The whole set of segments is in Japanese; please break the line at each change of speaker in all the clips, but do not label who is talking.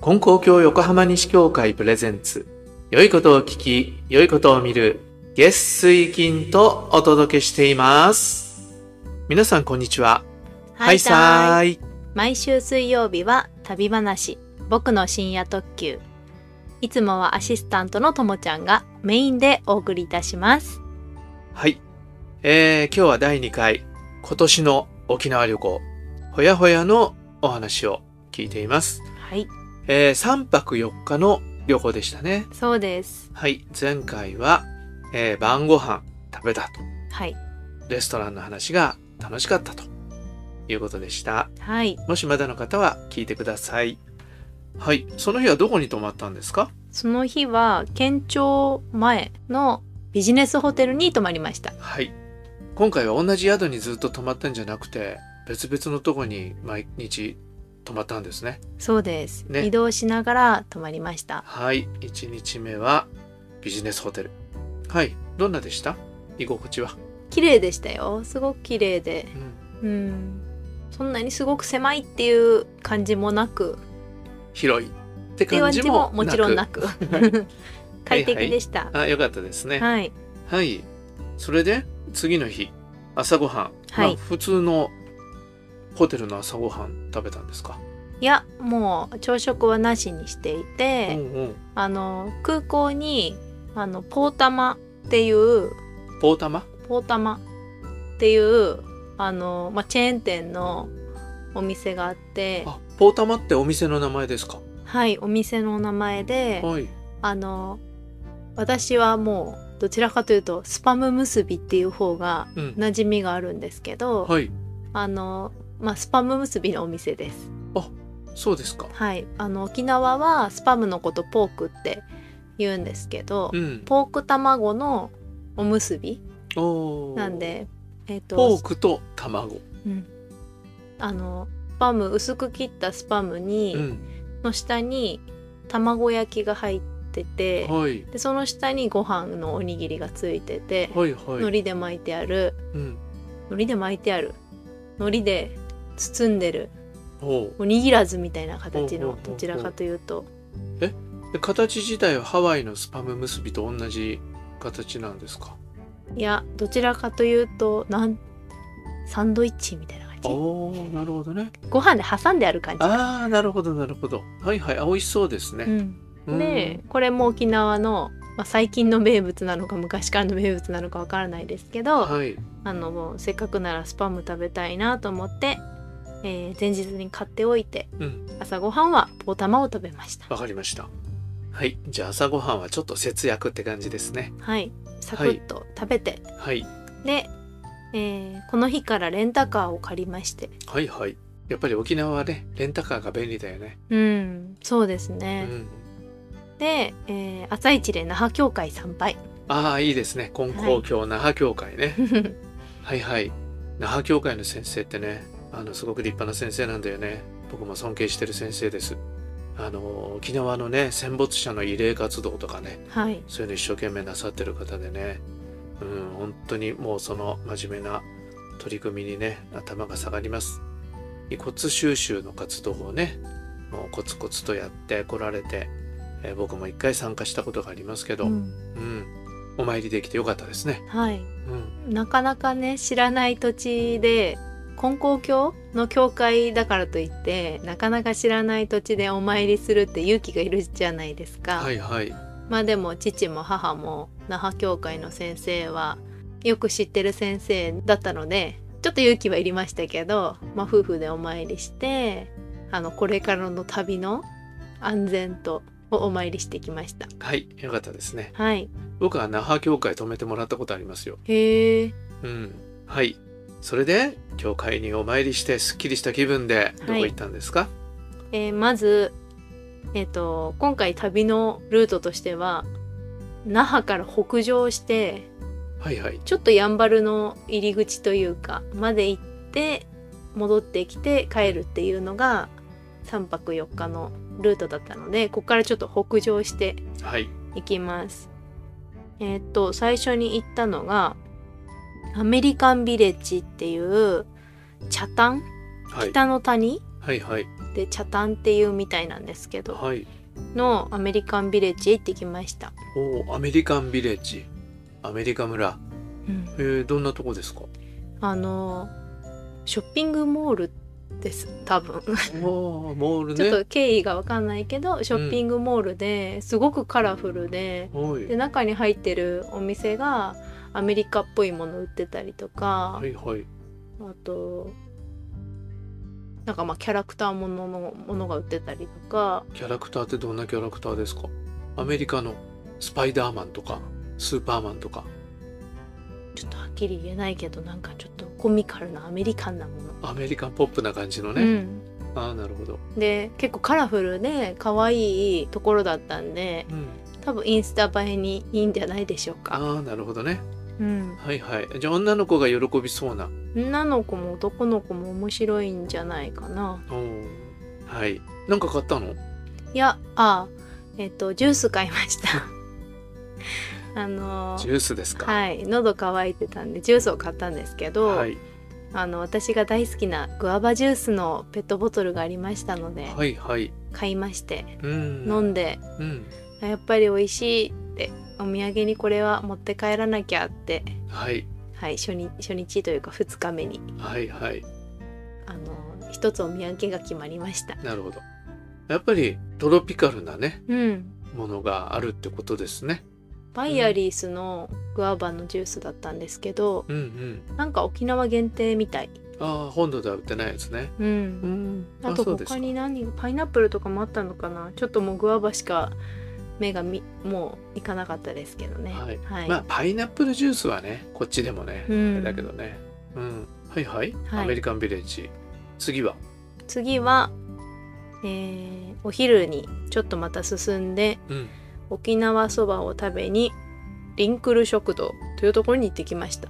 金光教横浜西教会プレゼンツ良いことを聞き良いことを見る月水金とお届けしています皆さんこんにちは
ハイサイ
イ
毎週水曜日は旅話僕の深夜特急いつもはアシスタントのともちゃんがメインでお送りいたします
はい、えー、今日は第2回今年の沖縄旅行ほやほやのお話を聞いています、
はい
えー、3泊4日の旅行でしたね
そうです
はい前回は、えー晩ご飯食べたと
はい
レストランの話が楽しかったということでした。
はい
もしまだの方は聞いてください。はい、その日はどこに泊まったんですか
その日は県庁前のビジネスホテルに泊まりました
はい。今回は同じ宿にずっと泊まったんじゃなくて、別々のとこに毎日泊まったんですね。
そうです、
ね
移動しながら泊まりました
はい、1日目はビジネスホテル。はい、どんなでした居心地は。
綺麗でしたよすごく綺麗で
うん、
うんそんなにすごく狭いっていう感じもなく
広いって
って感
感
じ
じ
も
も
もちろんなく快適でした。
あ、よかったですね。
はい、
はい。それで、次の日、朝ごはん。
はい
まあ普通のホテルの朝ごはん食べたんですか、
いやもう朝食はなしにしていて、
うんうん。
あの空港にあのポータマっていう
ポータマ
ポータマっていうあの、まあ、チェーン店のお店があって
あ、ポータマってお店の名前ですか
はいお店の名前で
はい。
あの私はもうどちらかというとスパム結びっていう方が
うん。
馴染みがあるんですけど、
はい。
あの、まあ、スパム結びのお店です。
そうですか。
はい、あの沖縄はスパムのことポークって言うんですけど、
うん。
ポーク卵のおむすび
おー
なん。で、えっ、
ポ
と
ー、クと卵。
うん、あのスパム薄く切ったスパムに、
うん。
の下に卵焼きが入ってて、
はい。
でその下にご飯のおにぎりがついてて、
はいはい。
海苔で巻いてある
うん。
海苔で巻いてある海苔で包んでる
おー
おにぎらずみたいな
ほ
形
うほう
の
ほうほ
ど
う
ちらかというと
で形自体はハワイのスパム結びと同じ形なんですか
いやどちらかというとなんサンドイッチみたいな感じ
おーなるほどね。
ご飯で挟んである感じ、
ああ、なるほど、なるほど。はいはい。あ美味しそうです
う
ね。
ん、
うん
でこれも沖縄の、まあ、最近の名物なのか昔からの名物なのかわからないですけど、
はい。
あのもうせっかくならスパム食べたいなと思って、えー前日に買っておいて
うん。
朝ごはんはポーたまを食べました
わかりました。はい。じゃあ朝ごはんはちょっと節約って感じですね。
はいサクッと食べて、
はい。
で、えーこの日からレンタカーを借りまして
はいはい。やっぱり沖縄はね、レンタカーが便利だよね。
うんそうです
う
ね、
ん。
で、えー朝一で那覇教会参拝
ああ、いいですね。金光教、那覇教会ね。はいはい。那覇教会の先生ってね、あの、すごく立派な先生なんだよね。僕も尊敬してる先生です。あの、沖縄のね、戦没者の慰霊活動とかね、
はい
そういうの一生懸命なさってる方でね、うん、本当にもうその真面目な取り組みにね、頭が下がります。遺骨収集の活動をね、もうコツコツとやってこられて、えー僕も一回参加したことがありますけど、う、
うんん
お参りできてよかったですね。
はい
うん、
なかなかね知らない土地で金光教の教会だからといってなかなか知らない土地でお参りするって勇気がいるじゃないですか、
はいはい。
まあでも父も母も那覇教会の先生はよく知ってる先生だったのでちょっと勇気はいりましたけど、まあ、夫婦でお参りしてあのこれからの旅の安全とをお参りしてきました
はい、よかったですね。
はい
僕は那覇教会泊めてもらったことありますよ。
へえ
うん。はい。それで、教会にお参りして、すっきりした気分で、どこ行ったんですか、
えーまず、えー、と今回旅のルートとしては那覇から北上して
はい、はいはい
ちょっとやんばるの入り口というかまで行って戻ってきて帰るっていうのが3泊4日のルートだったのでここからちょっと北上して
はい。
いきます。えーっと最初に行ったのがアメリカンビレッジっていう北谷
はい。
北の谷
はいはい。
で茶炭っていうみたいなんですけど
はい。
のアメリカンビレッジへ行ってきました、
おお、アメリカンビレッジ。アメリカ村。
うん
えー、どんなとこですか
あのショッピングモールです多分
おーモール
ちょっ
ね。
と経緯がわかんないけどショッピングモールですごくカラフルで,、
はい
で中に入ってるお店がアメリカっぽいもの売ってたりとか、
はいはい。
あとなんかまあキャラクターもののものが売ってたりとか
キャラクターってどんなキャラクターですかアメリカのスパイダーマンとか、スーパーマンとか。
ちょっとはっきり言えないけどなんかちょっとコミカルなアメリカンなもの。
アメリカンポップな感じのね。
うん
ああ、なるほど。
で結構カラフルで可愛いところだったんで
うん、
多分インスタ映えにいいんじゃないでしょうか、
ああ、なるほどね。
うん、
はいはい。じゃあ女の子が喜びそうな。
女の子も男の子も面白いんじゃないかな
おーはい。なんか買ったの
いやあえっ、とジュース買いました あの
ジュースですか。
はい喉乾いてたんでジュースを買ったんですけど、
はい。
あの私が大好きなグアバジュースのペットボトルがありましたので
はいはい。
買いまして
うん。
飲んで
うん。
あやっぱり美味しいってお土産にこれは持って帰らなきゃって、
はい。
はい、初日初日というか2日目に
はいはい。
あの一つお土産が決まりました。
なるほど。やっぱりトロピカルなね、
うん
ものがあるってことですね。
バイアリースのグアバのジュースだったんですけど、
うんうん。
なんか沖縄限定みたい。
ああ、本土では売ってないやつね。
う。
うんん。
あと
そうです
他に何パイナップルとかもあったのかな。ちょっともうグアバしか目がみもういかなかったですけどね。
はい
はい。
まあパイナップルジュースはねこっちでもね、
うん
だけどね、うん、はいはい、
はい
アメリカンビレッジ次は
次は、えーお昼にちょっとまた進んで
うん
沖縄そばを食べにリンクル食堂というところに行ってきました。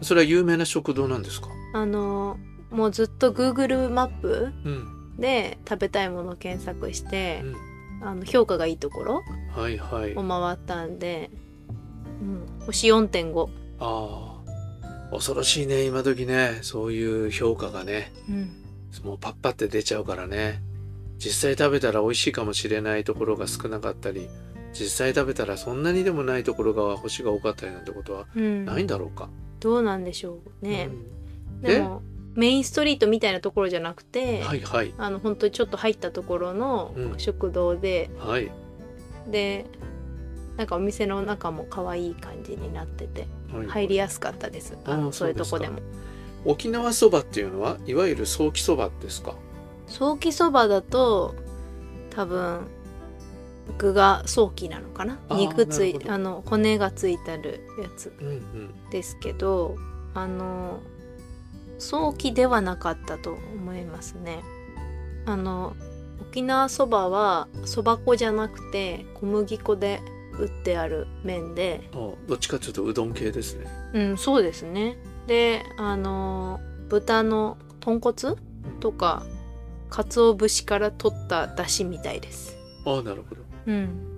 それは有名な食堂なんですか
あのもうずっと Google マップ
うん
で食べたいものを検索し
う
て、
ん
あの評価がいいところ
はいはいあ
を回ったんで、うん、星4.5、
あー恐ろしいね今時ねそういう評価がね
うん、
もうパッパって出ちゃうからね実際食べたら美味しいかもしれないところが少なかったり実際食べたらそんなにでもないところが星が多かったりなんてことは
うん、
ないんだろうか、
どうなんでしょうね、
ん
でもメインストリートみたいなところじゃなく
う
て、
ん、はいはい
あの本当にちょっと入ったところの
うん
食堂で、
はい
でなんかお店の中も可愛い感じになってて
はい
入りやすかったです、あ
あー
のそういうとこで
そ
も
沖縄そばっていうのはいわゆるソーキそばですか
早期そばだと多分具が早期なのかな
あー
肉つい
なるほど
あの骨がついてるやつ
うんうん
ですけどあの早期ではなかったと思いますねあの沖縄そばはそば粉じゃなくて小麦粉で打ってある麺で
あどっちかというとうどん系ですね
うんそうですねであの豚の豚骨とか鰹節から取った出汁みたいです
ああなるほど
うん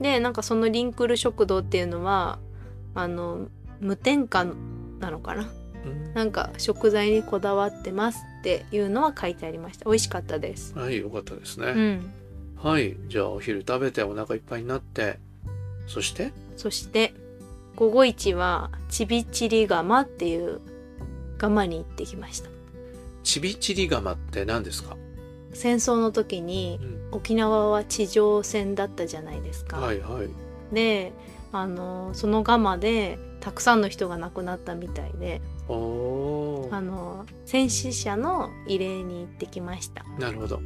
でなんかそのリンクル食堂っていうのはあの無添加なのかな
うん
なんか食材にこだわってますっていうのは書いてありました美味しかったです
はいよかったです
う
ね、
ん
はいじゃあお昼食べてお腹いっぱいになってそして
そして午後一はちびちり釜っていう釜に行ってきました
ちびちり釜って何ですか、
戦争の時に
うん、
沖縄は地上戦だったじゃないですか。
はいはい
であのそのガマでたくさんの人が亡くなったみたいで
おお
あの戦死者の慰霊に行ってきました。
なるほど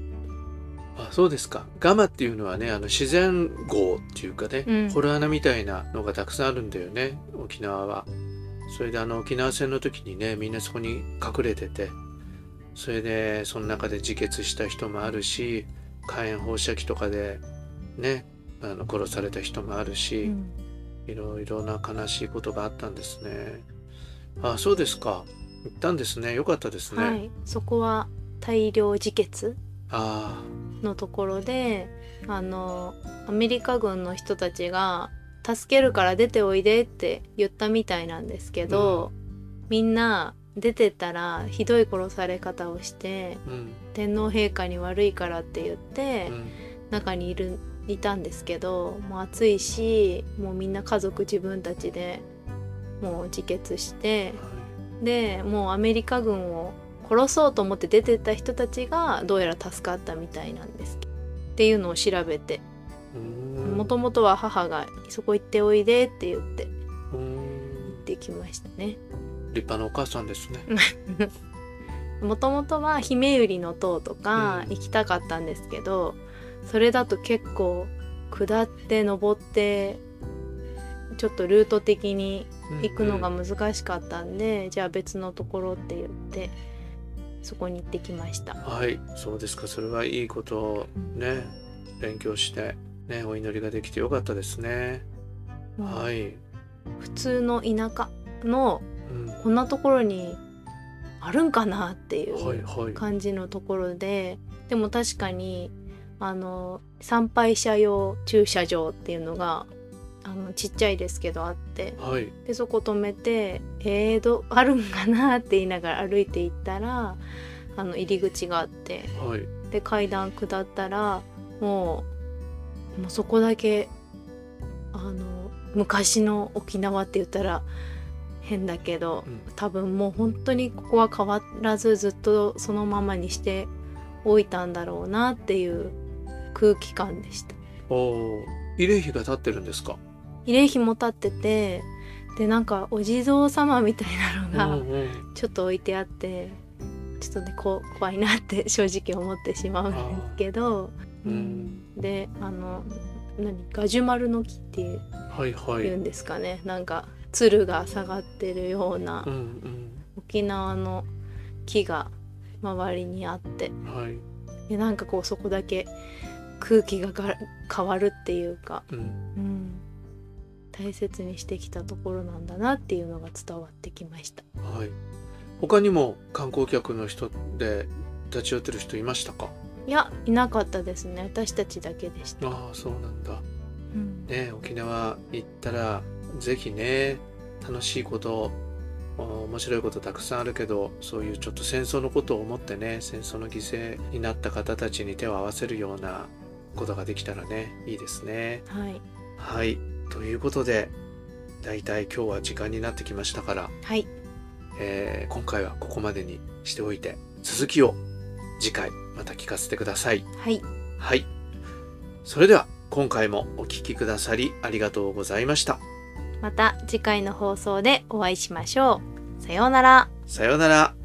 あそうですかガマっていうのはねあの自然号っていうかね、
うん
ホラ穴みたいなのがたくさんあるんだよね沖縄はそれであの沖縄戦の時にねみんなそこに隠れててそれでその中で自決した人もあるし火炎放射器とかでねあの殺された人もあるし、
うん
いろいろな悲しいことがあったんですねあそうですか行ったんですねよかったですね、
はい、そこは大量自決
あ
のところであのアメリカ軍の人たちが「助けるから出ておいで」って言ったみたいなんですけど、みんな出てったらひどい殺され方をして
うん
天皇陛下に悪いからって言って、
うん
中にいるいたんですけどもう暑いしもうみんな家族自分たちでもう自決して
は
でもうアメリカ軍を殺そうと思って出てった人たちがどうやら助かったみたいなんですっていうのを調べて
いうーん
もともとは母が「そこ行っておいで」って言って
うー
行っ
ん
てきましたね。
立派なお母さんですね
もともとは「姫百合の塔」とか
うん
行きたかったんですけど、それだと結構下って登ってちょっとルート的に行くのが
うん
難しかったんで、じゃあ別のところって言ってそこに行ってきました。
はいそうですかそれはいいことをね勉強してねお祈りができてよかったですね
もう
はい、
普通の田舎の
うん、は
こんなところにあるんかなってい。
いうはい
感じのところででも確かにあの参拝者用駐車場っていうのがあのちっちゃいですけどあって
はい
でそこ止めて「えー、どあるんかな?」って言いながら歩いていったらあの入り口があって
はい
で階段下ったらもうもうそこだけあの昔の沖縄って言ったら変だけど、
うん
多分もう本当にここは変わらずずっとそのままにしておいたんだろうなっていう空気感でした。
おー慰霊碑が立ってるんですか
慰霊碑も立っててでなんかお地蔵様みたい
う
なの
ん
が
うん
ちょっと置いてあって、ちょっとねこう怖いなって 正直思ってしまうんですけど。
う
うん
ん
であの何ガジュマルの木っていう
はいはいいう
うんですかね、なんか鶴が下がってるような
うん
沖縄の木が周りにあって
うんはい
でなんかこうそこだけ空気がが変わるっていうか、
うん
うん、大切にしてきたところなんだなっていうのが伝わってきました。
はい他にも観光客の人で立ち寄ってる人いましたか
いやいなかったですね私たちだけでした。
ああそうなんだ
うん
ね沖縄行ったらぜひね楽しいことお面白いことたくさんあるけどそういうちょっと戦争のことを思ってね戦争の犠牲になった方たちに手を合わせるようなことができたらねいいですね。
はい、
はいということでだいたい今日は時間になってきましたから、
はい、
えー今回はここまでにしておいて続きを次回また聞かせてください。
はい、
はい。それでは今回もお聞きくださりありがとうございました。
また次回の放送でお会いしましょう。さようなら。
さようなら。